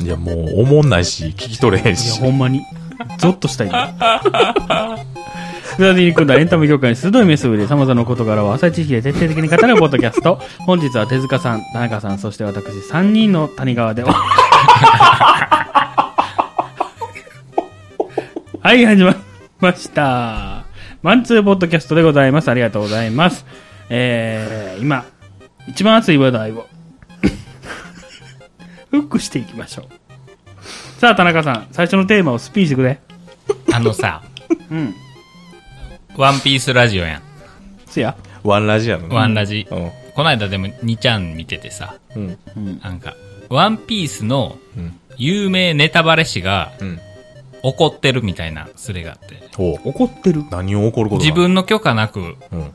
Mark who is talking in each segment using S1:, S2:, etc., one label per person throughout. S1: いや、もう、おもんないし、聞き取れへん
S2: いや、
S1: し。
S2: ほんまに。ゾッとしたいんだ。ブラディリ君とはエンタメ業界に鋭い目数で様々な事柄を浅い知識で徹底的に語るポッドキャスト。本日は手塚さん、田中さん、そして私3人の谷川では。はい、始まりました。マンツーポッドキャストでございます。ありがとうございます。えー、今、一番熱い話題を、 フックしていきましょう。さあ、田中さん、最初のテーマをスピンしてくれ。
S3: あのさ、
S2: うん。
S3: ワンピースラジオやん。
S2: せや。
S1: ワンラジアの。
S3: ワンラジ。
S1: うん。
S3: こないだでも2ちゃん見ててさ、
S1: うん。
S2: うん。
S3: なんか、ワンピースの
S1: うん。
S3: 有名ネタバレ師が
S1: うん。
S3: 怒ってるみたいなスレがあって、
S1: ほう。
S2: 怒ってる。
S1: 何を怒ること
S3: 自
S1: がある。
S3: 分の許可なく
S1: うん。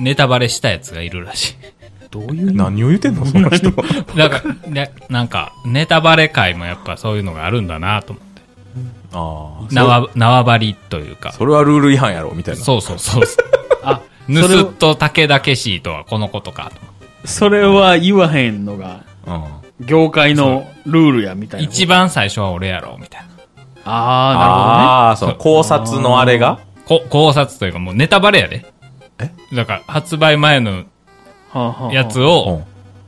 S3: ネタバレしたやつがいるらし
S2: どういう意味
S1: 何を言ってんのその 人。
S3: い。だから、ね、なんか、ネタバレ会もやっぱそういうのがあるんだなと思って。
S1: ああ。
S3: 縄、縄張りというか。
S1: それはルール違反やろ、みたいな。
S3: そうそうそうそう。
S2: あ、それ
S3: 盗っと武田けしとはこのことかと思って。
S2: それは言わへんのが、
S1: うん。
S2: 業界のルールやみたいなこと。
S3: 一番最初は俺やろ、みたいな。
S2: あ
S1: ああ、その考察のあれが
S3: こ考察というかもうネタバレやで。
S1: え
S3: だから、発売前の
S2: ー、なるほどね。はあはあはあ
S3: やつ。
S1: うん
S3: を、。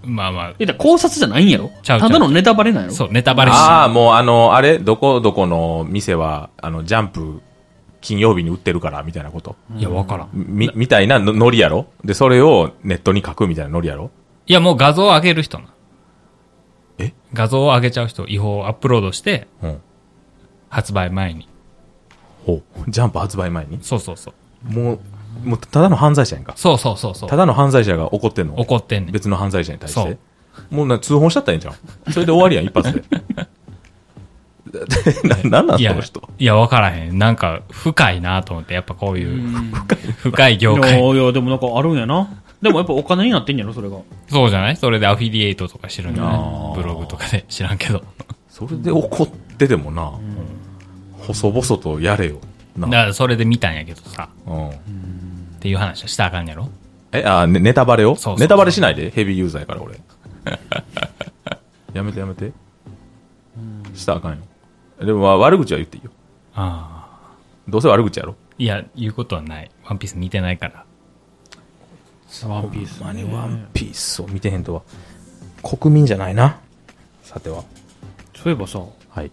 S3: まあま
S2: え、だから考察じゃないんやろ
S3: ちゃうちゃ
S2: た
S3: う
S2: だのネタバレなんや
S3: あ、
S2: ろ
S3: そう、ネタバレし
S1: ああ、もうあの、あれどこどこの店は、あの、ジャンプ、金曜日に売ってるから、みたいなこと。
S3: いや、わからん。
S1: み、みたいなのノリやろで、それをネットに書くみたいなノリやろ
S3: いや、もう画像を上げる人な。
S1: え
S3: 画像を上げちゃう人、違法アップロードして、
S1: うん。
S3: 発売前に。
S1: ほう。ジャンプ発売前に
S3: そうそうそう。
S1: もう、もう、ただの犯罪者やんか。
S3: そうそうそうそう
S1: た。だの犯罪者が怒ってんの
S3: 怒ってんねん。
S1: 別の犯罪者に対し
S3: そ
S1: て
S3: う。
S1: もうな、通報しちゃったらええんじゃん。それで終わりやん、一発 で。な、なんなん
S3: い
S1: そ
S3: や
S1: の人。、
S3: いや、わからへん。なんか、深いなと思って、やっぱこういう、深い業
S2: いや
S3: 界。
S2: いや、でもなんかあるんやな。でもやっぱお金になってんやろ、それが。
S3: そうじゃないそれでアフィリエイトとかしてるんじゃ
S1: あ
S3: な
S1: ー
S3: いブログとかで知らんけど。
S1: それで怒っててもな、細々とやれよ。
S3: だか
S1: な。
S3: ら、それで見たんやけどさ、
S1: うん。
S3: っていう話はしたらあかんやろ
S1: え、あ、ねネタバレを
S3: そうそうそう
S1: ネタバレしないで。ヘビーユーザーやから、俺。 やめてやめて。したらあかんよ。でも、まあ悪口は言っていいよ。
S3: ああ。
S1: どうせ悪口やろ。
S3: いや、言うことはない。ワンピース見てないから。
S2: ワンピース、
S1: マネワンピースを見てへんとは。国民じゃないな。さては。
S2: そういえばさ、
S1: はい。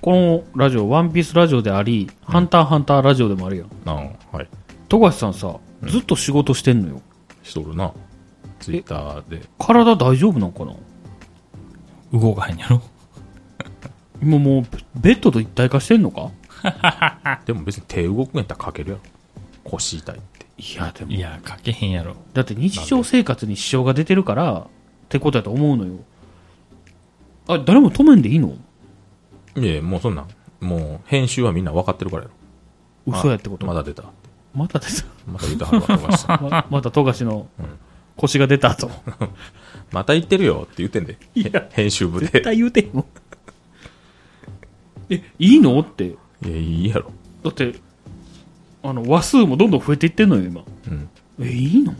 S2: このラジオ、ワンピースラジオであり、ハンターハンターラジオでもあるやん。
S1: なあ、はい。
S2: 富樫さんさ、ずっと仕事してんのよ。
S1: しとるな。ツイッターで。
S2: 体大丈夫なんかな
S3: 動かへんやろ
S2: 今もう、ベッドと一体化してんのか
S1: でも別に手動くんやったら書けるやろ。腰痛いって。
S2: いや、でも
S3: い。や、書けへんやろ。
S2: だって日常生活に支障が出てるから、ってことやと思うのよ。あ、誰も止めんでいいの
S1: いやいやもうそんなん。もう編集はみんな分かってるからやろ。
S2: 嘘やってこと
S1: ま
S2: まだ
S1: だ出た。
S2: まだです。
S1: また言ったはるわ富樫さん
S2: ままだ富樫の腰が出た と。
S1: また言ってるよって言ってんで。
S2: いや
S1: 編集部
S2: 絶
S1: で。
S2: 対言うてん の。え、いいのって。
S1: いや、いいやろ。
S2: だって、あの、話数もどんどん増えていってんのよ、今。
S1: うん。
S2: え、いいの
S1: ね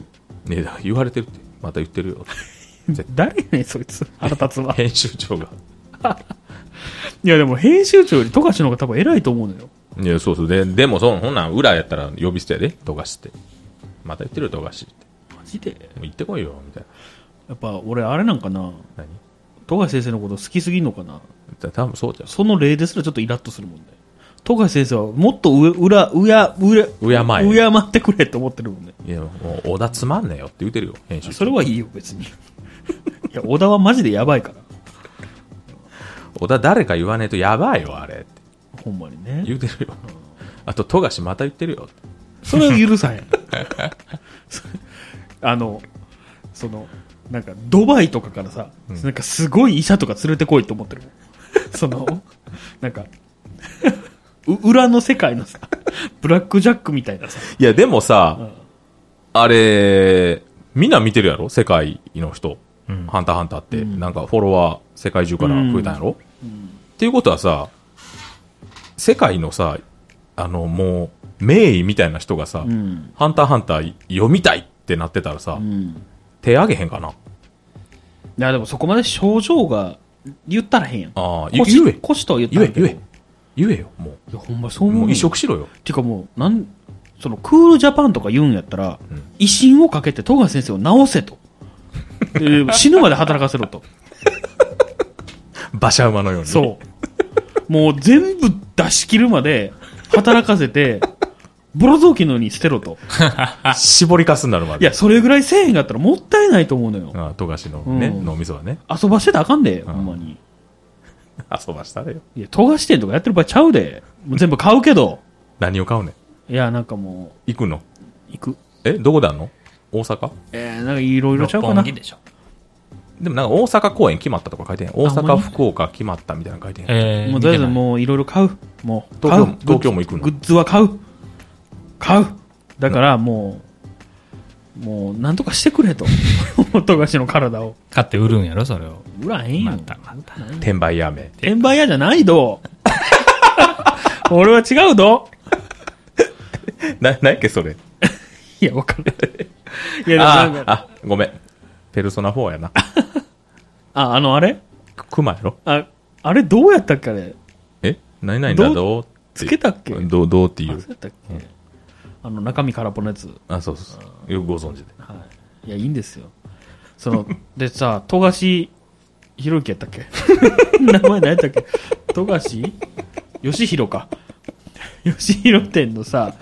S1: え、だから言われてるって。また言ってるよって。
S2: 誰やねん、そい つ。腹立つわ。
S1: 編集長が。
S2: いや、でも編集長より富樫の方が多分偉いと思うのよ。
S1: いや、そうそう。で、でもそ、そんなん裏やったら呼び捨てやで。富樫って。また言ってるよ、富樫って。
S2: マジで
S1: もう行ってこいよ、みたい
S2: やっぱ俺、あれなんかな。
S1: な。何
S2: 富樫先生のこと好きすぎんのかな。
S1: た多分そうじゃん。
S2: その例ですらちょっとイラッとするもんね。富樫先生はもっと上、裏、うや、うや、
S1: 敬え
S2: 敬ってくれと思ってるもんね。
S1: いや、もう、小田つまんねえよって言うてるよ、編集長。
S2: それはいいよ、別に。 いや、小田はマジでやばいから。
S1: 小田誰か言わねえとやばいよ、あれって
S2: ほんまにね。
S1: 言うてるよ。あと、富樫また言ってるよって。
S2: それを許さへん。 そあの、その、なんか、ドバイとかからさ、なんかすごい医者とか連れてこいと思ってるもん。その、なんか、 う裏の世界のさ、ブラックジャックみたいなさ、
S1: いや、でもさ、
S2: うん
S1: あれ、みんな見てるやろ世界の人。ハンターハンターって、なんかフォロワー世界中から増えたんやろ、っていうことはさ、世界のさ、あの、もう、名医みたいな人がさ、
S2: うん
S1: ハンターハンター読みたいってなってたらさ、
S2: うん
S1: 手あげへんかない
S2: やでもそこまで症状が言ったらへんやん
S1: ああ、ゆ
S2: 腰
S1: 言え、
S2: 腰とは言った
S1: 言
S2: ら
S1: え、言え、言えよ、も
S2: いやほんまそう
S1: う。
S2: 思う
S1: も
S2: よ
S1: う移植しろよ。
S2: てかもうなんそのクールジャパンとか言うんやったら、
S1: うん
S2: 威信をかけて戸川先生を治せ とえー死ぬまで働かせろと
S1: 馬車馬のように。
S2: そう。もう全部出し切るまで働かせて、ボロ雑巾のように捨てろと。
S1: 絞りかすになるま
S2: い
S1: で。
S2: や、それぐらいせえへんかったらもったいないと思うのよ。
S1: ああ、富樫のね、
S2: うん
S1: 脳みそはね、
S2: 遊ばしてたらあかんで、
S1: ん
S2: ほんまに。
S1: 遊ばしたれよ。
S2: いや、富樫店とかやってる場合ちゃうで。もう全部買うけど。
S1: 何を買うねん。
S2: いや、なんかも
S1: 行くの
S2: う、行く。
S1: え、どこであんの大阪
S2: えー、なんかいろいろちゃうかな。
S3: 木でしょ。
S1: でもなんか大阪公演決まったとか書いてへん。大
S2: ほんま
S1: 阪、
S2: に
S1: 福岡決まったみたいなの書いてへん。
S3: えー、
S2: もうとりあえず
S3: う。
S2: もういろいろ買う。もう、買
S1: 東
S2: う
S1: 京。東京も行くの
S2: グッズは買う。買う。だからもう、もう、なんとかしてくれと。富樫の体を。
S3: 買って売るんやろ、それを。
S2: うらへんよ。
S3: また、また。
S1: 転売やめ。
S2: 転売屋じゃないど俺は違うど
S1: な、なんやっけ、それ。
S2: いや、わかんない。いや、でもなん
S1: あ
S2: か、
S1: あ、ごめん。ペルソナ4やな。
S2: あ、あの、あれ
S1: クマやろ
S2: あ、あれどうやったっけあれ
S1: え何々だどうって
S2: つけたっけ
S1: どう、どうってい
S2: あ
S1: う
S2: そう。やったっけ、あの、中身空っぽのやつ。
S1: あ、そうそう。よくご存知で。
S2: はい。いや、いいんですよ。その、でさ、富樫、ひろゆきやったっけ 名前何やったっけ富樫吉弘か。吉弘店のさ、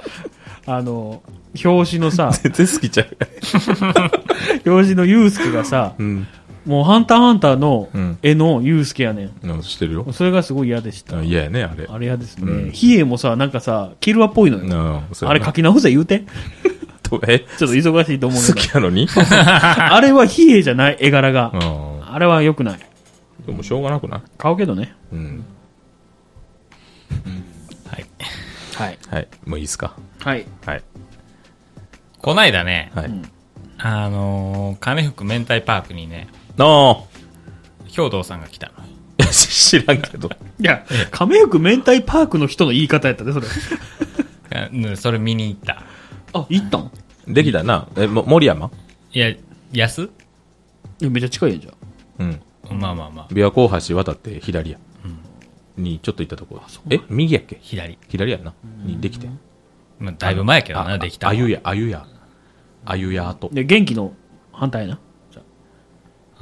S2: あの、表紙のさ、
S1: 全然好きちゃう。
S2: 表紙のユースケがさ、
S1: うん。
S2: もう、ハンターハンターの
S1: うん
S2: 絵のユうスケやねん。
S1: なんかしてるよ。
S2: それがすごい嫌でした。
S1: あ嫌やね、あれ。
S2: あれ嫌です
S1: う
S2: ね。
S1: ん
S2: ヒエもさ、なんかさ、キルアっぽいのよ。あれ書
S1: き、
S2: き直せ言うて。
S1: とえ、
S2: ちょっと忙しいと思うけ
S1: 好
S2: ど。
S1: きやの に
S2: あれはヒエじゃない、絵柄
S1: う
S2: が。
S1: ん。
S2: あれは良くない。
S1: でもしょうがなくない
S2: 買うけどね。
S1: うん。
S3: はい。
S2: はい。
S1: はい。もういいっすか。
S2: はい。
S1: はい。
S3: こないだね、
S1: はい。
S3: あのー、金福明太パークにね、
S1: の
S3: 兵藤さんが来たの。
S1: ー 知らんけど。
S2: いや、亀福明太パークの人の言い方やったね、それ。
S3: あうんそれ見に行った。
S2: あ、行ったん
S1: できたな。え、も森山
S3: いや、安
S2: いやめっちゃ近いやんじゃん。
S1: うん。
S3: まあまあまあ、
S1: 琵琶湖大橋渡って左や。にちょっと行ったとこ。え、右やっけ
S3: 左。
S1: 左やんな。にできてん。
S3: まあ、だいぶ前やけど
S1: あ
S3: な、できたの
S1: あ
S3: は
S1: あゆや、あゆや。あゆやと。
S2: で、元気の反対やな。じゃ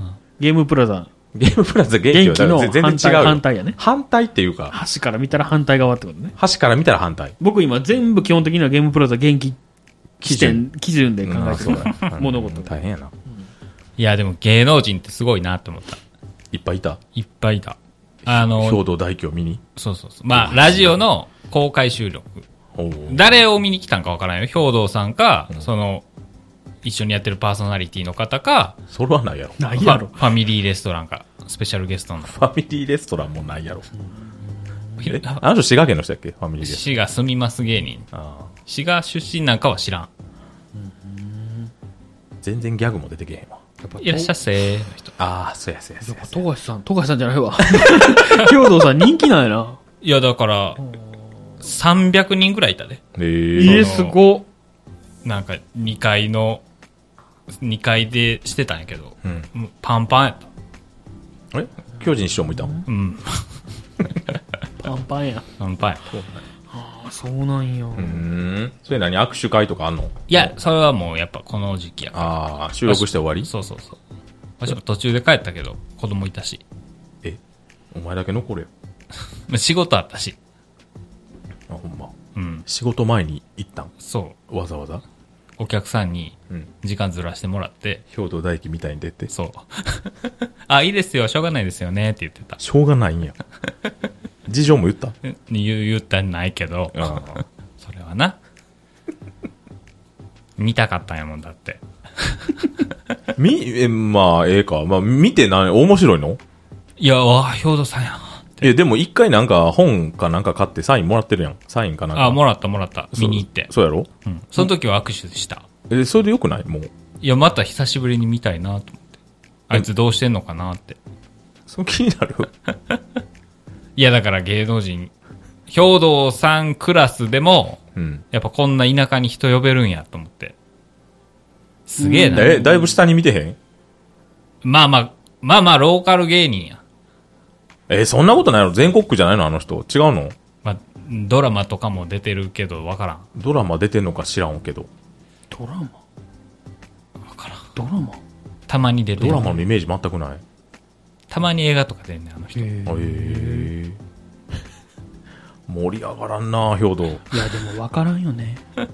S2: あゲームプラザ、
S1: ゲームプラザ元気
S2: 元
S1: よ
S2: 気の
S1: だから全
S2: 反
S1: 然違う
S2: 対、
S1: よ
S2: 反対やね。
S1: 反対っていうか、
S2: 橋から見たら反対側ってことね。
S1: 橋から見たら反対。
S2: 僕今全部基本的にはゲームプラザ元気基準基準で考
S1: うん
S2: え
S1: あ
S2: て
S1: そう
S2: る
S1: だ
S2: から 物
S1: うん
S2: 事
S1: 大変やな。
S3: いや、でも芸能人ってすごいなと思った。
S1: いっぱいいた。
S3: いっぱいいた。あの、
S1: 兵道大を見に。
S3: そうそうそう。まあ、ラジオの公開収録。
S1: おー
S3: 誰を見に来たんかわからんよ。兵藤さんか、その、一緒にやってるパーソナリティの方か、
S1: それはないやろ。
S2: ないやろ
S3: ファファミリーレストランか、スペシャルゲストの。
S1: ファミリーレストランもないやろ。
S3: ひ
S1: えあの人滋賀県の人やっけファミリーレスト
S3: 滋賀住みます芸人。
S1: ラン。あー
S3: 滋賀出身なんかは知らん。
S1: 全然ギャグも出てけへんわ。
S3: いらっしゃっせーの人。
S1: ああ、そうやそうやそうや。
S2: 富樫さん富樫さんじゃないわ 兵藤さん人気ないない
S3: や、だから、300人ぐらいいたで。
S1: えー
S2: えすご
S3: なんか、2階の、2階でしてたんやけど、
S1: うん
S3: もうパンパンやった。
S1: え巨人師匠もいたん
S3: うん、
S2: パンパンや
S3: パンパンやった。
S2: あそうなんや
S1: うーん。それ何握手会とかあんの
S3: いや、それはもうやっぱこの時期やから。
S1: ああ、収録して終わり
S3: そうそうそう。私も途中で帰ったけど、子供いたし。
S1: えお前だけ残れよ。
S3: まあ仕事あったし。
S1: あ、ほんま。
S3: うん。
S1: 仕事前に行ったん
S3: そ
S1: わざわざ
S3: う。お客さんに
S1: うん。
S3: 時間ずらしてもらって、
S1: 兵道大輝みたいに出て。
S3: そう。 あ、いいですよ、しょうがないですよね、って言ってた。
S1: しょうがないん や。事情も言った
S3: え言う言ったんないけど、
S1: あ
S3: それはな。見たかったんやもんだって。
S1: あ。み、え、まあ、ええか。まあ、見てない、面白いの
S3: いや、わあ、兵頭さんやん。
S1: いや、でも一回なんか本かなんか買ってサインもらってるやん。サインかなんか。
S3: あ、もらったもらった。見に行って。
S1: そうやろ
S3: うん。その時は握手した。
S1: え、それでよくないもう。
S3: いや、また久しぶりに見たいなと思って。あいつどうしてんのかなって。
S1: そう気になる。
S3: いや、だから芸能人、兵道さんクラスでも、
S1: うん。
S3: やっぱこんな田舎に人呼べるんやと思って。すげえな。
S1: え、だいぶ下に見てへん
S3: まあまあ、まあまあ、ローカル芸人や。
S1: え、そんなことないの全国区じゃないのあの人。違うの
S3: まあ、ドラマとかも出てるけど、わからん。
S1: ドラマ出てんのか知らんけど。
S2: ドラマ
S3: わからん。
S2: ドラマ
S3: たまに出て
S1: ド
S3: る。
S1: ラマのイメージ全くない。
S3: たまに映画とか出んねんあの人。
S1: へえ。 盛り上がらんな、兵頭。
S2: いやでも分からんよね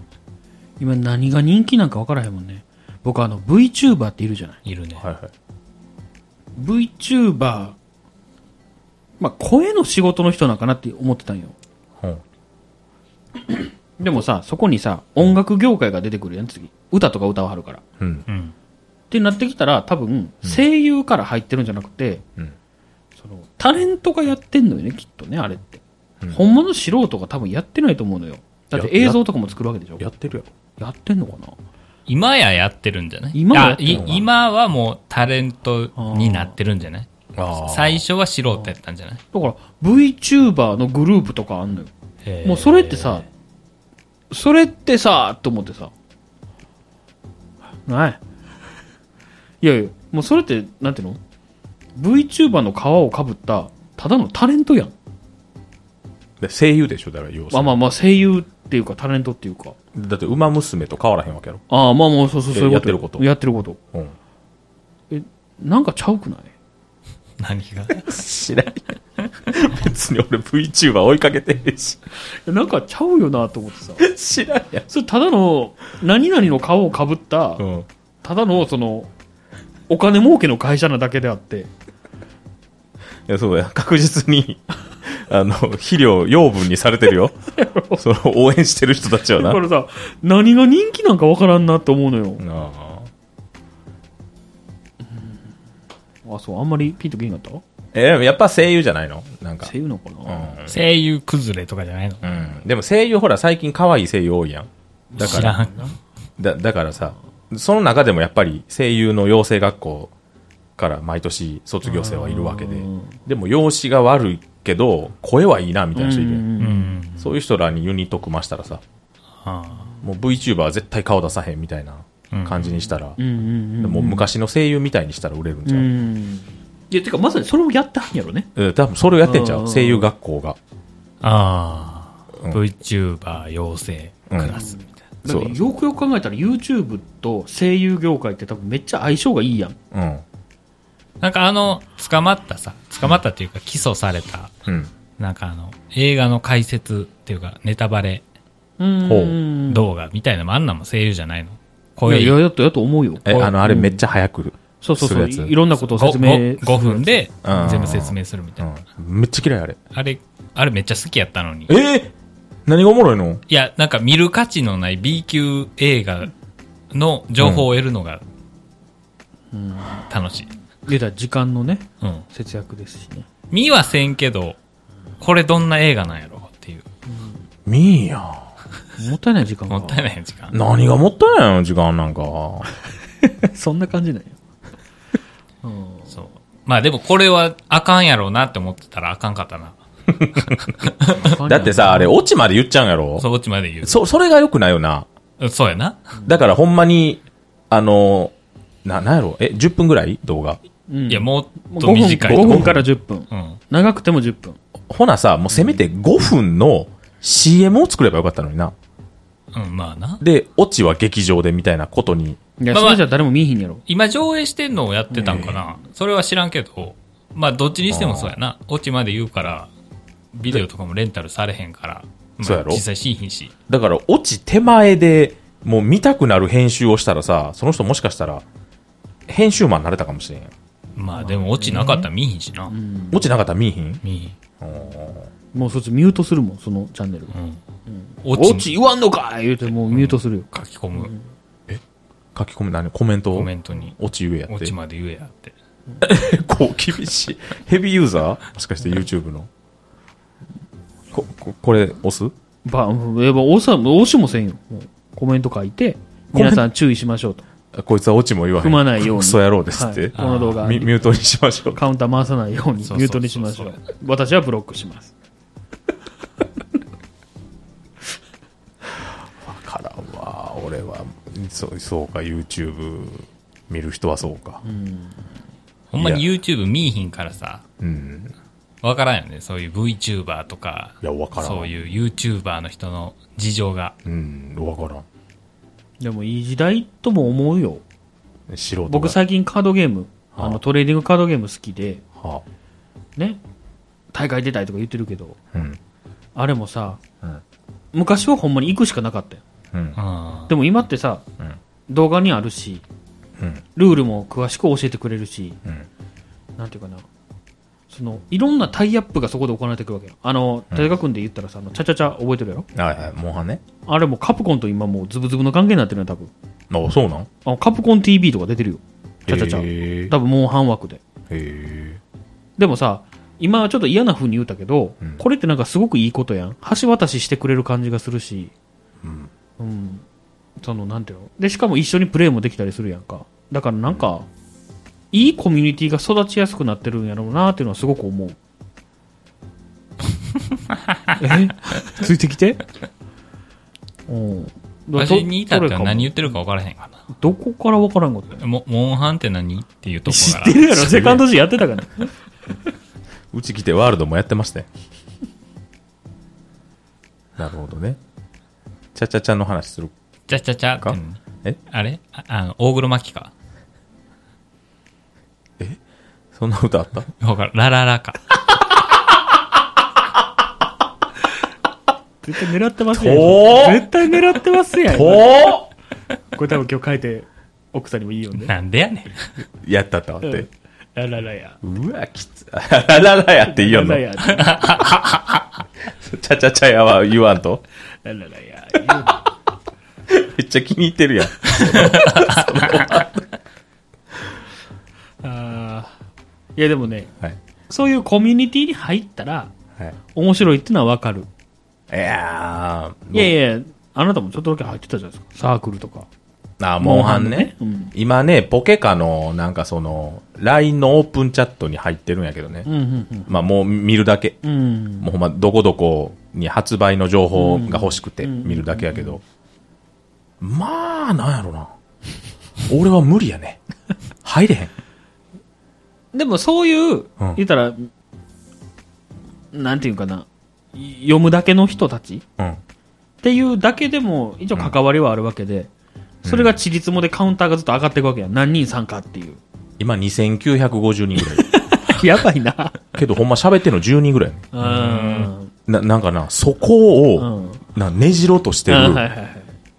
S2: 今何が人気なんか分からへんもんね僕あの VTuber っているじゃない
S3: いるね。
S1: はいはい。
S2: VTuber まあ声の仕事の人なんかなって思ってたんよ
S1: うん
S2: でもさそこにさ音楽業界が出てくるやん次歌とか歌わはるからっ
S1: うん。
S3: うん。
S2: てなってきたら多分声優から入ってるんじゃなくて、
S1: うん
S2: そのタレントがやってんのよねきっとねあれって、
S1: うん
S2: 本物素人が多分やってないと思うのよだって
S1: や
S2: 映像とかも作るわけでしょ
S1: やってるやろ。
S2: やってんのかな
S3: 今ややってるんじゃない
S2: 今ややってるの
S3: あ
S2: か
S3: い今はもうタレントになってるんじゃない
S1: あー
S3: 最初は素人やったんじゃない
S2: だから VTuber のグループとかあんのよ
S3: へー
S2: もうそれってさ、それってさ、と思ってさ、ない。いやいや、もうそれって、なんていうの ?VTuber の皮をかぶった、ただのタレントやん。
S1: で声優でしょ、だから要す
S2: ま
S1: る
S2: あ
S1: に
S2: まあまあ、声優っていうか、タレントっていうか。
S1: だって、馬娘と変わらへんわけやろ。
S2: ああ、まあまあ、そうそう、
S1: で
S2: そうい
S1: やっ
S2: うことよ。
S1: てること
S2: やってること。
S1: うん。
S2: なんかちゃうくない
S3: 何が
S1: 知らん。 別に俺 VTuber 追いかけてへんし。
S2: なんかちゃうよなと思ってさ。
S1: 知らんや
S2: それただの、何々の皮をかぶった、
S1: うん。
S2: ただの、その、お金儲けの会社なだけであって。
S1: いや、そうだよ。確実に、 あの、肥料、養分にされてる よ。その、応援してる人たちは な。
S2: だか
S1: あ
S2: らさ、何が人気なんかわからんなって思うのよ。
S1: あ
S2: あ、そう、あんまりピンとけんかった
S1: え、でもやっぱ声優じゃないのなんか。
S2: 声優なのかな、
S3: 声優崩れとかじゃないの
S1: うん。うん。でも声優、ほら、最近可愛い声優多いやん。だか
S3: 知ら
S1: ら、
S3: ん。
S1: だだからさ、その中でもやっぱり声優の養成学校から毎年卒業生はいるわけで
S2: うん、
S1: でも容姿が悪いけど、声はいいなみたいな人いるやん
S3: うんん。
S1: そういう人らにユニット組ましたらさ、
S3: あ
S1: もう VTuber は絶対顔出さへんみたいな
S3: うん
S1: 感じにしたら、
S2: うんうん
S1: もう昔の声優みたいにしたら売れるん
S2: う
S1: ちゃう、
S2: ん。いや、てかまさにそれをやったんやろね。
S1: うん、多分それをやってんちゃ
S2: う
S1: うん声優学校が。
S3: ーあ
S1: うん
S3: ー。VTuber 養成クラスみたい
S2: だって
S1: そう
S2: よくよく考えたら YouTube と声優業界って多分めっちゃ相性がいいやん。
S1: うん。
S3: な。なんかあの、捕まったさ、捕まったっていうか起訴された、
S1: うん。
S3: なんかあの、映画の解説っていうかネタバレ
S2: うん
S1: ほう
S3: 動画みたいなのもあんなもん声優じゃない
S2: い
S3: の
S2: や、
S3: 声
S2: いや、やっとやっと思うよ。
S1: え、あの、あれめっちゃ早く、
S2: そうそうそう。
S1: するやつ
S2: いろんなことを説明。
S3: 5分で
S1: うん
S3: 全部説明するみたいな。
S1: うん。めっちゃ嫌いあれ。
S3: あれ、あれめっちゃ好きやったのに。
S1: えー何がおもろいの
S3: いや、なんか見る価値のない B 級映画の情報を得るのが楽しい。
S2: 出た時間のね、
S3: うん。
S2: 節約ですしね。
S3: 見はせんけど、これどんな映画なんやろっていう。
S1: みーやん。
S2: もったいない時間が。
S3: もったいない時間。
S1: 何がもったいないの時間なんか。
S2: そんな感じなんや。
S3: そう。まあでもこれはあかんやろうなって思ってたらあかんかったな。
S1: だってさ、あれ、オチまで言っちゃうんやろ
S3: そっちまで言う。
S1: そ、それが良くないよな。
S3: うんそうやな。
S1: だからほんまに、あの、な、なんやろえ、10分ぐらい動画。
S2: うん、
S3: いや、も
S2: もう
S3: っ
S2: 5
S3: と
S2: 分
S3: 短いと
S2: 5
S3: 思う
S2: 分から10分。
S3: うん。
S2: 長くても10分。
S1: ほなさ、もうせめて5分の CM を作ればよかったのにな。
S3: うん、まあな。
S1: で、オチは劇場でみたいなことに。
S2: いや、
S3: まあ
S2: それじゃ誰も見えへんやろ。
S3: 今上映してんのをやってたんかな、それは知らんけど、まあどっちにしてもそうやな。オチまで言うから、ビデオとかもレンタルされへんから、まあ
S1: そうやろ
S3: 実際しひんし。
S1: だから、オチ手前で、もう見たくなる編集をしたらさ、その人もしかしたら、編集マンになれたかもしれんやん。
S3: まあでもオチなかったら見ひんしな。
S1: オチなかったら見えひん
S3: 見ひん。
S2: もうそっちミュートするもん、そのチャンネル。
S3: オ
S2: オ
S3: チ
S2: チ言わんのかい言うてもうミュートするよ。
S3: 書き込む
S1: 書き込み、何コメント
S3: コ
S1: を
S3: メントに、
S1: オチ言えやっ
S3: オ
S1: て。
S3: チまで言えやって。
S1: 結構厳しい。ヘビーユーザーもしかして YouTube の。こ、ここれ押す
S2: ば、やっぱ、押さ、押しもせんよ。もうコメント書いて、
S1: コメン
S2: 皆さん注意しましょうと。
S1: あこいつはオチも言わへん。
S2: 踏まないように
S1: クソ野郎ですって。
S2: はいこの動画
S1: ミミュートにしましょう。
S2: カウンター回さないようにミ
S3: そうそうそうそう
S2: ュートにしましょう。私はブロックします。
S1: 俺はそうそうか YouTube 見る人はそうか
S3: ほんまに YouTube 見いひんからさ、
S1: うん
S3: わからんよね。そういう VTuber とか、
S1: いやわからん
S3: そういう YouTuber の人の事情が。
S1: うん分から
S2: でもいい時代とも思うよ。
S1: ん素人が
S2: 僕最近カードゲーム、
S1: はあ
S2: あのトレーディングカードゲーム好きで、
S1: は
S2: ね、大会出たいとか言ってるけど、
S1: うん
S2: あれもさ、
S1: うん
S2: 昔はほんまに行くしかなかったよ。
S1: うん
S3: うん。
S2: でも今ってさ、
S1: うん
S2: 動画にあるし、
S1: うん
S2: ルールも詳しく教えてくれるし、
S1: うん
S2: なんていうかな、そのいろんなタイアップがそこで行われてくるわけよ。あの、大学んで言ったらさ、あのチャチャチャ覚えてるやろ
S1: はいはいモンハンね
S2: あれもカプコンと今もうズブズブの関係になってるのよ、多分。
S1: あそうなん
S2: あのカプコン TV とか出てるよ。チャチャチ
S1: へ
S2: ャ。
S1: え
S2: 多分もう半枠で。
S1: へ
S2: でもさ、今はちょっと嫌な風に言うたけど、
S1: うん
S2: これってなんかすごくいいことやん。橋渡ししてくれる感じがするし、
S1: うん
S2: うん。その、なんていうので、しかも一緒にプレイもできたりするやんか。だからなんか、いいコミュニティが育ちやすくなってるんやろうなっていうのはすごく思う。 えついてきてうん。だから
S3: 私に至っては何言ってるか分からへんか
S2: どどこからわからんかったよ
S3: な。モモンハンって何っていうとこ
S2: 知っ
S3: か
S2: て
S3: ら。
S2: るやろセカンド G やってたから。
S1: うち来てワールドもやってましたよなるほどねチャチャチャの話する
S3: ちゃちゃちゃって
S1: か
S3: 何
S1: え
S3: あれああの、大黒摩季か。
S1: そんな歌あった
S3: わからんラララか。
S2: 絶対狙ってますやん。
S1: とー
S2: 絶対狙ってますやん。こ
S1: お
S2: れ多分今日書いて、奥さんにもいいよね。
S3: なんでやねん。
S1: やったったわって、
S2: ラララや。
S1: うわきつあらららやって言いよんの
S2: ラララや。
S1: チャチャチャやは言わんと
S2: ラララや。言うの
S1: めっちゃ気に入ってるやん
S2: あーいやでもね、
S1: はい
S2: そういうコミュニティに入ったら、
S1: はい
S2: 面白いってのはわかる。
S1: いやー
S2: いやいや、あなたもちょっとだけ入ってたじゃないですか。サークルとか。
S1: あ、モンハンね。
S2: モンハンね
S1: 今ね、ポケカの、なんかその、LINE のオープンチャットに入ってるんやけどね。
S2: うんうん
S1: まあもう見るだけ。
S2: うん。うん。
S1: もうほんま、どこどこに発売の情報が欲しくて見るだけやけど。まあ、なんやろな。俺は無理や ね。入れへん。
S2: でもそうい
S1: う
S2: う、
S1: ん
S2: 言ったら、なんていうかな、い読むだけの人たちっ
S1: うん。
S2: ていうだけでも、一応関わりはあるわけで、それがちりつもでカウンターがずっと上がっていくわけやん。何人参加っていう。
S1: 今2950人ぐらい。
S2: やばいな。
S1: けどほんま喋ってんの10人ぐらいやね。
S2: うん。
S1: な、なんかな、そこ
S2: う
S1: を、
S2: ん。
S1: な、ねじろうとして
S2: あはい
S1: る
S2: はいはい。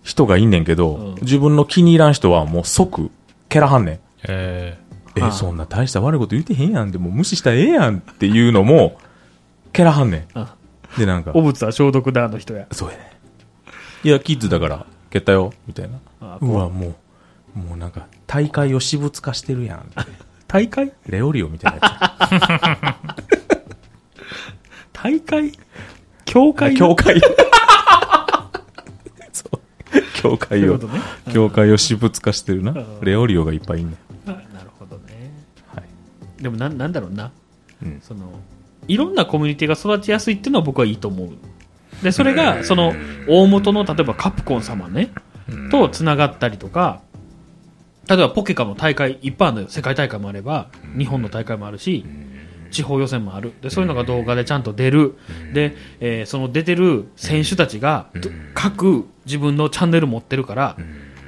S1: 人がいんねんけど、自分の気に入らん人はもう即、蹴らはんねん。
S3: え
S1: え、
S2: はあ
S1: そんな大した悪いこと言ってへんやんでもう無視したらええやんっていうのも、けらはんね
S2: あ
S1: ん。で、なんか
S2: お、仏は消毒だの人や。
S1: そうやねん。いや、キッズだから、蹴ったよ、みたいな。
S2: あ
S1: うわ、もう、もうなんか、大会を私物化してるやんって。
S2: 大会
S1: レオリオみたいな
S2: 大会教
S1: や
S2: 会
S1: つ。
S2: の
S1: 教会。 そう。教
S2: そうい
S1: 会
S2: う
S1: を
S2: こと、ね。
S1: 教会を私物化してるな。レオリオがいっぱいいんねん。
S2: あなるほどね。
S1: はい。
S2: でもなん、なんだろうな。
S1: うん。
S2: その、いろんなコミュニティが育ちやすいっていうのは僕はいいと思う。で、それが、その、大元の、例えばカプコン様ね、と繋がったりとか、例えばポケカも大会いっぱいあるのよ。世界大会もあれば、日本の大会もあるし、地方予選もある。で、そういうのが動画でちゃんと出る。で、えーその出てる選手たちが、ど各自分のチャンネル持ってるから、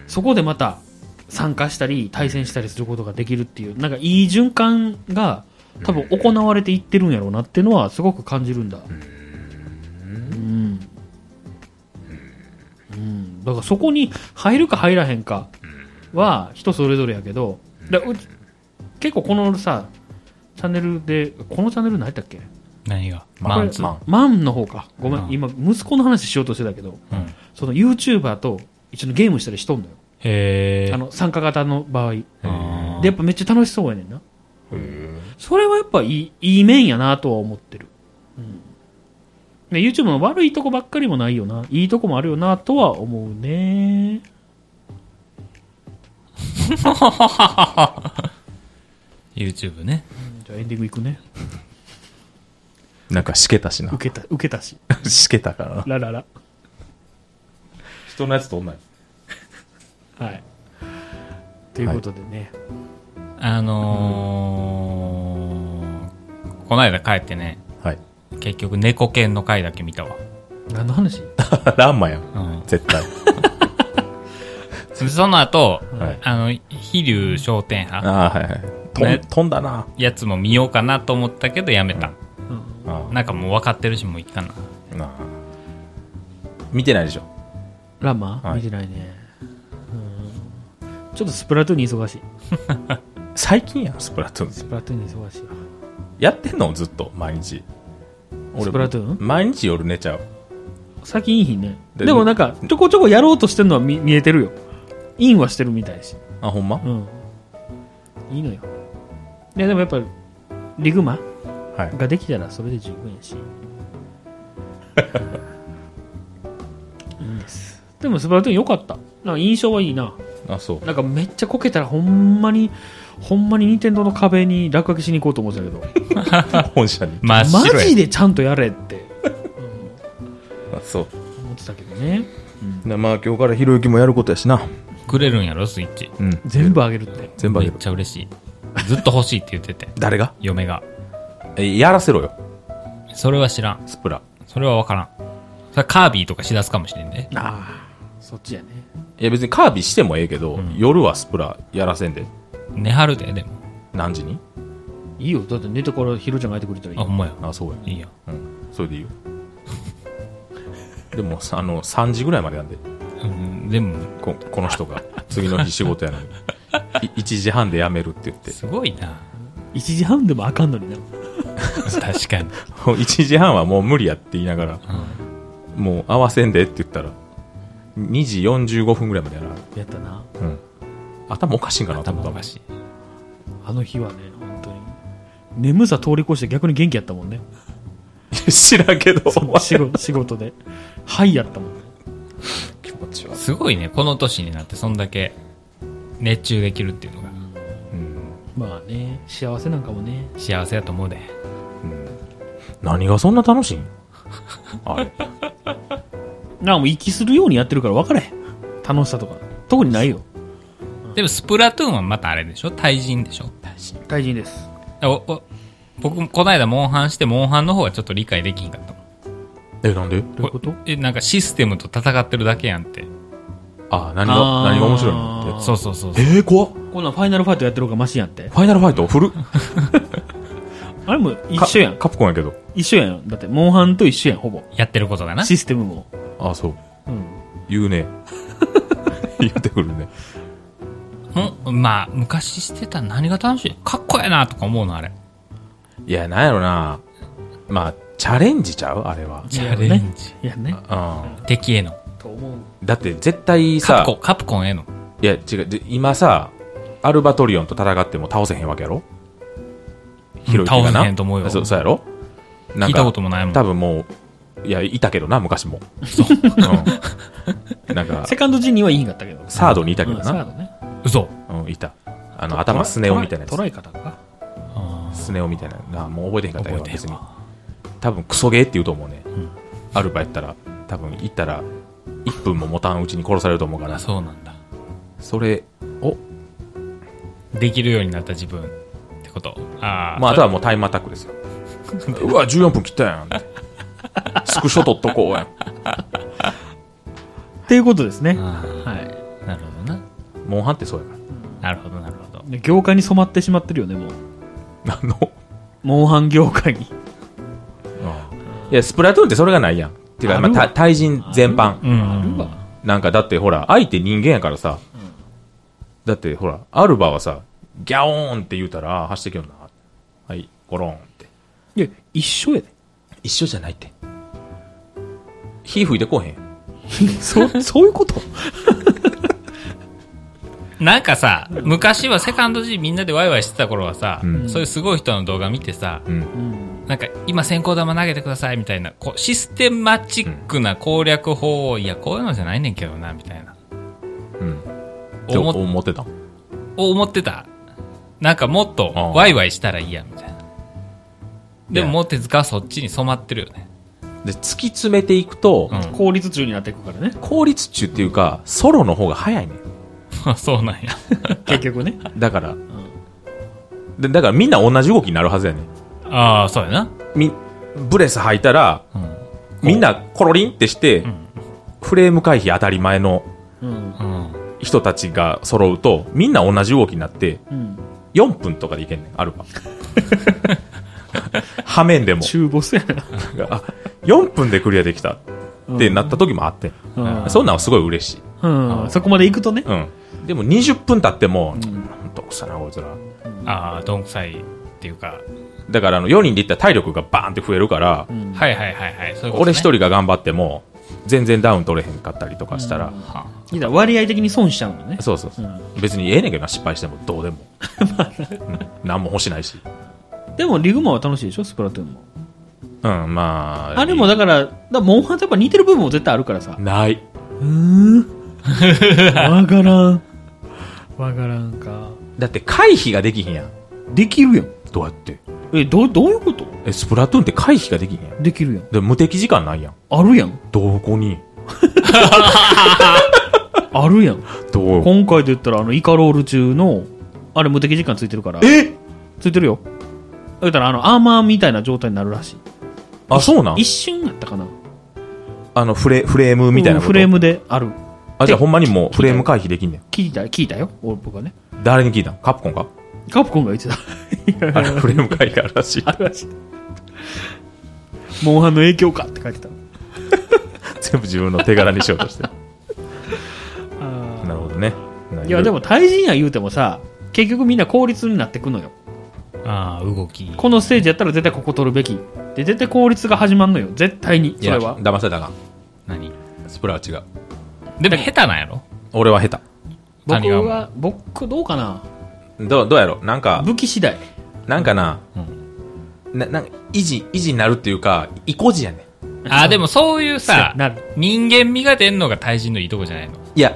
S2: そこでまた参加したり、対戦したりすることができるっていう、なんかいい循環が多分行われていってるんやろうなっていうのはすごく感じるんだ。うん。うん。だからそこに入るか入らへんかは人それぞれやけど、だうち結構このさ、チャンネルで、このチャンネル何やったっけ
S3: ー、何が
S1: まあ
S3: マンツ
S1: まあ
S2: マンの方か。ごめん、
S3: うん
S2: 今、息子の話しようとしてたけど、
S3: うん。
S2: その YouTuber と一緒にゲームしたりしとんのよ。
S3: へえ
S2: あ。の、参加型の場合。
S3: あー
S2: で、やっぱめっちゃ楽しそうやねんな。それはやっぱいい、いい面やなとは思ってる。うん。で、YouTube の悪いとこばっかりもないよな。いいとこもあるよなとは思うね。
S3: YouTube ね。
S2: じゃあエンディングいくね。
S1: なんか、しけたしな。
S2: 受けた、受 けたし。
S1: しけたからな。
S2: ラララ。
S1: 人のやつと同じ。
S2: はい。ということでね。
S3: あのー、この間帰ってね、
S1: はい。
S3: 結局猫犬の回だけ見たわ。
S2: 何の話
S1: ランマやん。
S3: うん。
S1: 絶対。
S3: でその後、
S1: はい
S3: あの、飛龍商店派
S1: ああ、はいはい。とん、
S3: ね
S1: 飛んだな。
S3: やつも見ようかなと思ったけどやめた。
S2: うん。
S1: あ
S3: なんかもう分かってるし、もういいかな。
S1: あなあ見てないでしょ。
S2: ランマ、
S1: はい
S2: 見てないね。うん。ちょっとスプラトゥーン忙しい。
S1: 最近やん、スプラトゥーン。
S2: スプラトゥーン忙しい。
S1: やってんのずっと、毎日。
S2: スプラトゥーン
S1: 毎日夜寝ちゃう。
S2: 最近いい日ね。
S1: で
S2: でもなんか、ちょこちょこやろうとしてるのは見見えてるよ。インはしてるみたいだし。
S1: あ、ほんま
S2: うん。いいのよ。いやでもやっぱ、リグマ
S1: はい。
S2: ができたらそれで十分やし。いいんです。でもスプラトゥーン良かった。なんか印象はいいな。
S1: あ、そう。
S2: なんかめっちゃこけたらほんまに、ほんまに任天堂の壁に落書きしに行こうと思ってたけど、
S1: 本社に。
S3: 真っ白や
S2: マジでちゃんとやれって
S1: あ、そう。
S2: 思ってたけどね。
S1: でまあ今日からひろゆきもやることやしな。
S3: くれるんやろ、スイッチ。
S1: うん。
S2: 全部あげるって。
S1: 全部あ
S3: め
S1: げ
S3: っ
S1: る。
S3: ちゃ嬉しい。ずっと欲しいって言って て、
S1: 誰が
S3: 嫁が。
S1: え、やらせろよ。
S3: それは知らん。
S1: スプラ。
S3: それは分からん。それはカービィとかしだすかもしれんね。
S2: ああ、そっちやね。
S1: いや別にカービィしてもええけど、夜はスプラやらせんで。
S3: 寝はるで、でも。
S1: 何時に
S2: いいよ。だって寝てからひろちゃんがいてくれたらいい
S3: あ、
S2: よ。
S3: ほんまや。
S1: あ、そうや。
S3: いいや。
S1: うん。それでいいよ。でも、さあの、3時ぐらいまでやんで。
S3: うん、でも、
S1: ここの人が。次の日仕事やのに。1時半で辞めるって言って。
S3: すごいな。
S2: 1時半でもあかんのにな。
S3: 確かに。
S1: 1時半はもう無理やって言いながら、もう合わせんでって言ったら、2時45分ぐらいまでやな。
S2: やったな。
S1: うん。頭おかしいんかなと思っ
S3: 頭
S1: た
S3: お
S1: もん
S3: かしい。
S2: あの日はね、本当に。眠さ通り越して逆に元気やったもんね。
S1: 知らんけど、お前
S2: 仕事仕事で。はいやったもんね。
S1: 気持ちは。
S3: すごいね、この年になってそんだけ熱中できるっていうのが
S1: うん。
S2: まあね、幸せなんかもね。
S3: 幸せやと思うで。
S1: 何がそんな楽しいんあれ。
S2: なあ、もう息するようにやってるから分かれへん。楽しさとか。特にないよ。
S3: でもスプラトゥーンはまたあれでしょ対人でしょ
S2: 大人です。
S3: おお僕、こないだモンハンして、モンハンの方はちょっと理解できひんかったもん。
S1: え、なんで
S2: どういうこと
S3: え、なんかシステムと戦ってるだけやんって。
S1: あ、何が、
S2: あー
S1: 何が面白いのって。
S3: そうそうそうそう。
S1: えー、怖っ
S2: こんなんファイナルファイトやってる方がマシやんって。
S1: ファイナルファイト古っ
S2: あれも一緒やん。
S1: カプコンやけど。
S2: 一緒やん。だって、モンハンと一緒やん、ほぼ。
S3: やってることがな。
S2: システムも。
S1: あ、そう。
S2: うん。
S1: 言うね。 言ってくるね。
S3: うん、まあ、昔してた何が楽しいかっこええなとか思うの、あれ。
S1: いや、なんやろな。まあ、チャレンジちゃうあれは。
S3: チャレンジ。
S2: いやね。
S1: う
S3: 敵への。
S2: と思う。
S1: ん。だって絶対
S3: カプ
S1: さ
S3: コ、ン、カプコンへの。
S1: いや違う、で今さ、アルバトリオンと戦っても倒せへんわけやろひろゆきがな
S3: 倒せへんと思うよ
S1: そうそうやろな
S3: 聞
S1: ん
S3: い
S1: か
S3: たこともないもん。
S1: 多分もう、いや、いたけどな、昔も。うん。なんか
S2: セ、カンドジニーはいいんかったけど。
S1: サードにいたけど
S2: うんサー
S1: な。
S2: ドね。
S3: 嘘。
S1: うん、いた。あの、頭スネ夫みたいな
S2: トラ
S1: や
S2: イトライトライ方か。
S1: つ。スネ夫みたいな。なもう覚えてへんかったけど、
S3: 覚えて
S1: 別
S3: へん
S1: に
S3: わ。
S1: 多分クソゲーって言うと思うね。アルバやったら、多分行ったら、1分も持たんうちに殺されると思うから
S3: あ、、そうなんだ。
S1: それを、
S3: できるようになった自分ってこと。ああ。
S1: まあ、あ
S3: そ
S1: とはもうタイムアタックですよ。うわ、14分切ったやんって。スクショ撮っとこうやん。
S2: っていうことですね。
S3: あー
S2: は
S3: なるほどな。
S1: モンハンってそうやか
S3: なるほど、なるほど。
S2: い。業界に染まってしまってるよね、もう。
S1: ら。あの、
S2: モンハン業界に。
S1: いや、スプラトゥーンってそれがないやん。っていうか、
S2: あ
S1: ま
S2: る
S1: あ、
S2: わ
S1: た対人全般。
S3: うん。
S2: あるわ。
S1: なんか、だってほら、相手人間やからさ。だってほら、アルバはさ、ギャオーンって言うたら、あー走ってきよんな。はい、ゴローンって。
S2: いや、一緒やで。
S1: 一緒じゃないって。火吹いてこうへん。
S2: そ、そういうこと
S3: なんかさ、昔はセカンド G みんなでワイワイしてた頃はさ、
S1: うん
S3: そういうすごい人の動画見てさ、
S1: うん。
S2: うん。
S3: なんか今先行玉投げてくださいみたいな、こうシステマチックな攻略法を、いや、こういうのじゃないねんけどな、みたいな。
S1: うん。って
S3: 思っ
S1: 思ってた。
S3: 思ってた。なんかもっと
S1: ああ
S3: ワイワイしたらいいや、みたいな。でも
S1: いや
S3: もう手塚はそっちに染まってるよね。
S1: で、突き詰めていくと、
S3: うん。
S2: 効率中になっていくからね。
S1: 効率中っていうか、ソロの方が早いねん。
S3: あそうなん や。
S2: 結局ね。
S1: だから、でだからみんな同じ動きになるはずやねん
S3: ああ、そうやな。
S1: みブレス履いたら
S3: うん。
S1: みんなコロリンってして、
S3: ん
S1: フレーム回避当たり前の
S2: うん。
S3: うん。
S1: 人たちが揃うとみんな同じ動きになって
S2: うん。
S1: 4分とかでいけんねんアルファはめんでも
S2: 中ボスやな。
S1: あ4分でクリアできたってなった時もあってん、
S2: うん
S1: そんなんはすごい嬉しい、
S2: うん。そこまで行くとね。
S1: うん、でも20分経っても、ほんとくさなこいつら
S3: ああ、どんくさいっていうか。
S1: だからあの4人でいったら体力がバーンって増えるから、
S3: はいはいはいはい。そういうこと、ね。
S1: 俺1人が頑張っても全然ダウン取れへんかったりとかしたら、
S3: はあ
S2: いざ割合的に損しちゃうのね。
S1: そうそうそう、別にええねんけどな失敗してもど うでも、うん何も欲しないし
S2: でも、リグマは楽しいでしょ、スプラトゥーンも。
S1: うんまあ
S2: あれもだから、だからモンハンとやっぱ似てる部分も絶対あるからさ。
S1: ない、
S2: わからん。わからんか。
S1: だって回避ができへんやん
S2: できるやん。
S1: どうやって
S2: え、どう、どういうこと
S1: えスプラトゥーンって回避ができへんやん
S2: できるやん。
S1: で無敵時間ないやん
S2: あるやん。
S1: どこに
S2: あるやん。
S1: どう
S2: 今回で言ったら、あの、イカロール中の、あれ無敵時間ついてるから。えついてるよ。だったら、あの、アーマーみたいな状態になるらしい。
S1: あそうなん
S2: 一瞬やったかな。
S1: あのフレフレームみたいな
S2: うん
S1: こと
S2: フレームである。
S1: あじゃあほんまにもうフレーム回避できんねん
S2: 聞いた、聞いたよ。俺僕はね。
S1: 誰に聞いたのカプコ ンか
S2: カプコンが言ってた。
S1: あれフレーム回避があるらしい
S2: あるらしい。モンハンの影響かって書いてた。
S1: 全部自分の手柄にしようと してるなるほどね
S2: いや、でも対人や言うてもさ、結局みんな効率になってくのよ。
S3: ああ、動き。
S2: このステージやったら絶対ここ取るべき。で、絶対効率が始まるのよ。絶対に。
S1: い
S2: そ
S1: や
S2: れは。
S1: 騙されたらあか
S3: 何
S1: んスプラは違う
S3: でも下手なんやろ
S1: 俺は下手
S2: 僕
S3: 谷川も
S2: は、僕どうかな
S1: どうどうやろなんか
S2: 武器次第。
S1: なんかな,、ななんか維持維持になるっていうか意固地やねん
S3: ああ、でも そういうさ
S2: そうなる、
S3: 人間味が出んのが対人のいいとこじゃないの。
S1: いや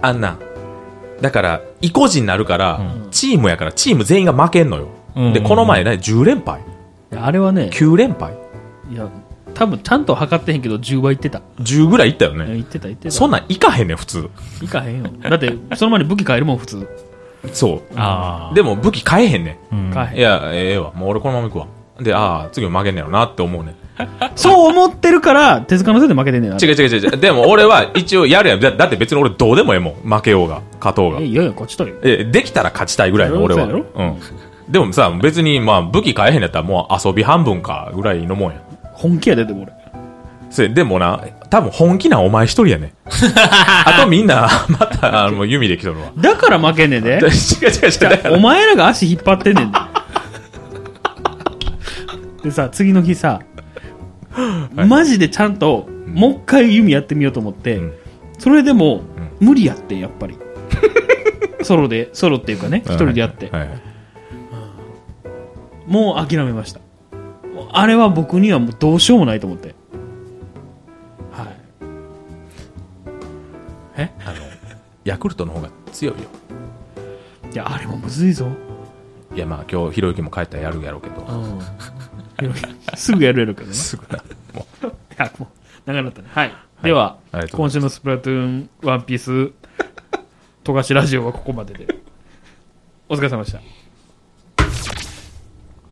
S1: あんなだから意固地になるから、チームやからチーム全員が負けんのよ、
S3: うんうんうん
S1: でこの前ね10連敗
S2: いやあれはね、
S1: 9連敗
S2: いや、多分ちゃんと測ってへんけど10倍いってた。
S1: 10ぐらいいったよ
S2: いや
S1: ね
S2: 言ってた言ってた。
S1: そんなんいかへんねん普通
S2: いかへんよ。だって、その前に武器変えるもん、普通。
S1: そう
S3: ああ。
S1: でも武器変えへんね
S3: うん
S2: 変
S1: ん
S2: え
S1: い
S2: へん。
S1: やええわもう俺このまま行くわでああ次も負けんねやろなって思うねん
S2: そう思ってるから、手塚のせいで負けてんねんな。
S1: 違う違う違う違うでも俺は一応やるやんだだって別に俺どうでもええもん負けようが勝とうが
S2: えいやいや、こっちとるよ。
S1: え、できたら勝ちたいぐらいの俺は。
S2: そうや
S1: うん。でもさ、別に、まあ、武器買えへんやったらもう遊び半分かぐらいのもんや。
S2: 本気やで、でも俺。
S1: それでもな、多分本気なお前一人や ね。あとみんな、また、あの、弓できとるわ。
S2: だから負けんねんで
S1: 違う。違う違う。だから
S2: お前らが足引っ張ってんね んで。でさ、次の日さ、マジでちゃんと、もう一回弓やってみようと思って、
S1: うん
S2: それでも、無理やってんやっ ぱり。ソロで、ソロっていうかね、一人でやって、
S1: はいはいはい
S2: もう諦めました。もうあれは僕にはもうどうしようもないと思って。はい。え
S1: ヤクルトの方が強いよ。
S2: いや、あれもむずいぞ。
S1: いや、まあ、今日、ひろゆきも帰ったらやるやろうけど。
S2: すぐやるやる けどね。
S1: すぐな。も
S2: いやもう長くなったねはい、では
S1: ありがとうございま
S2: 今週の「スプラトゥーンワンピース富樫ラジオはここまででお疲れ様でした
S1: う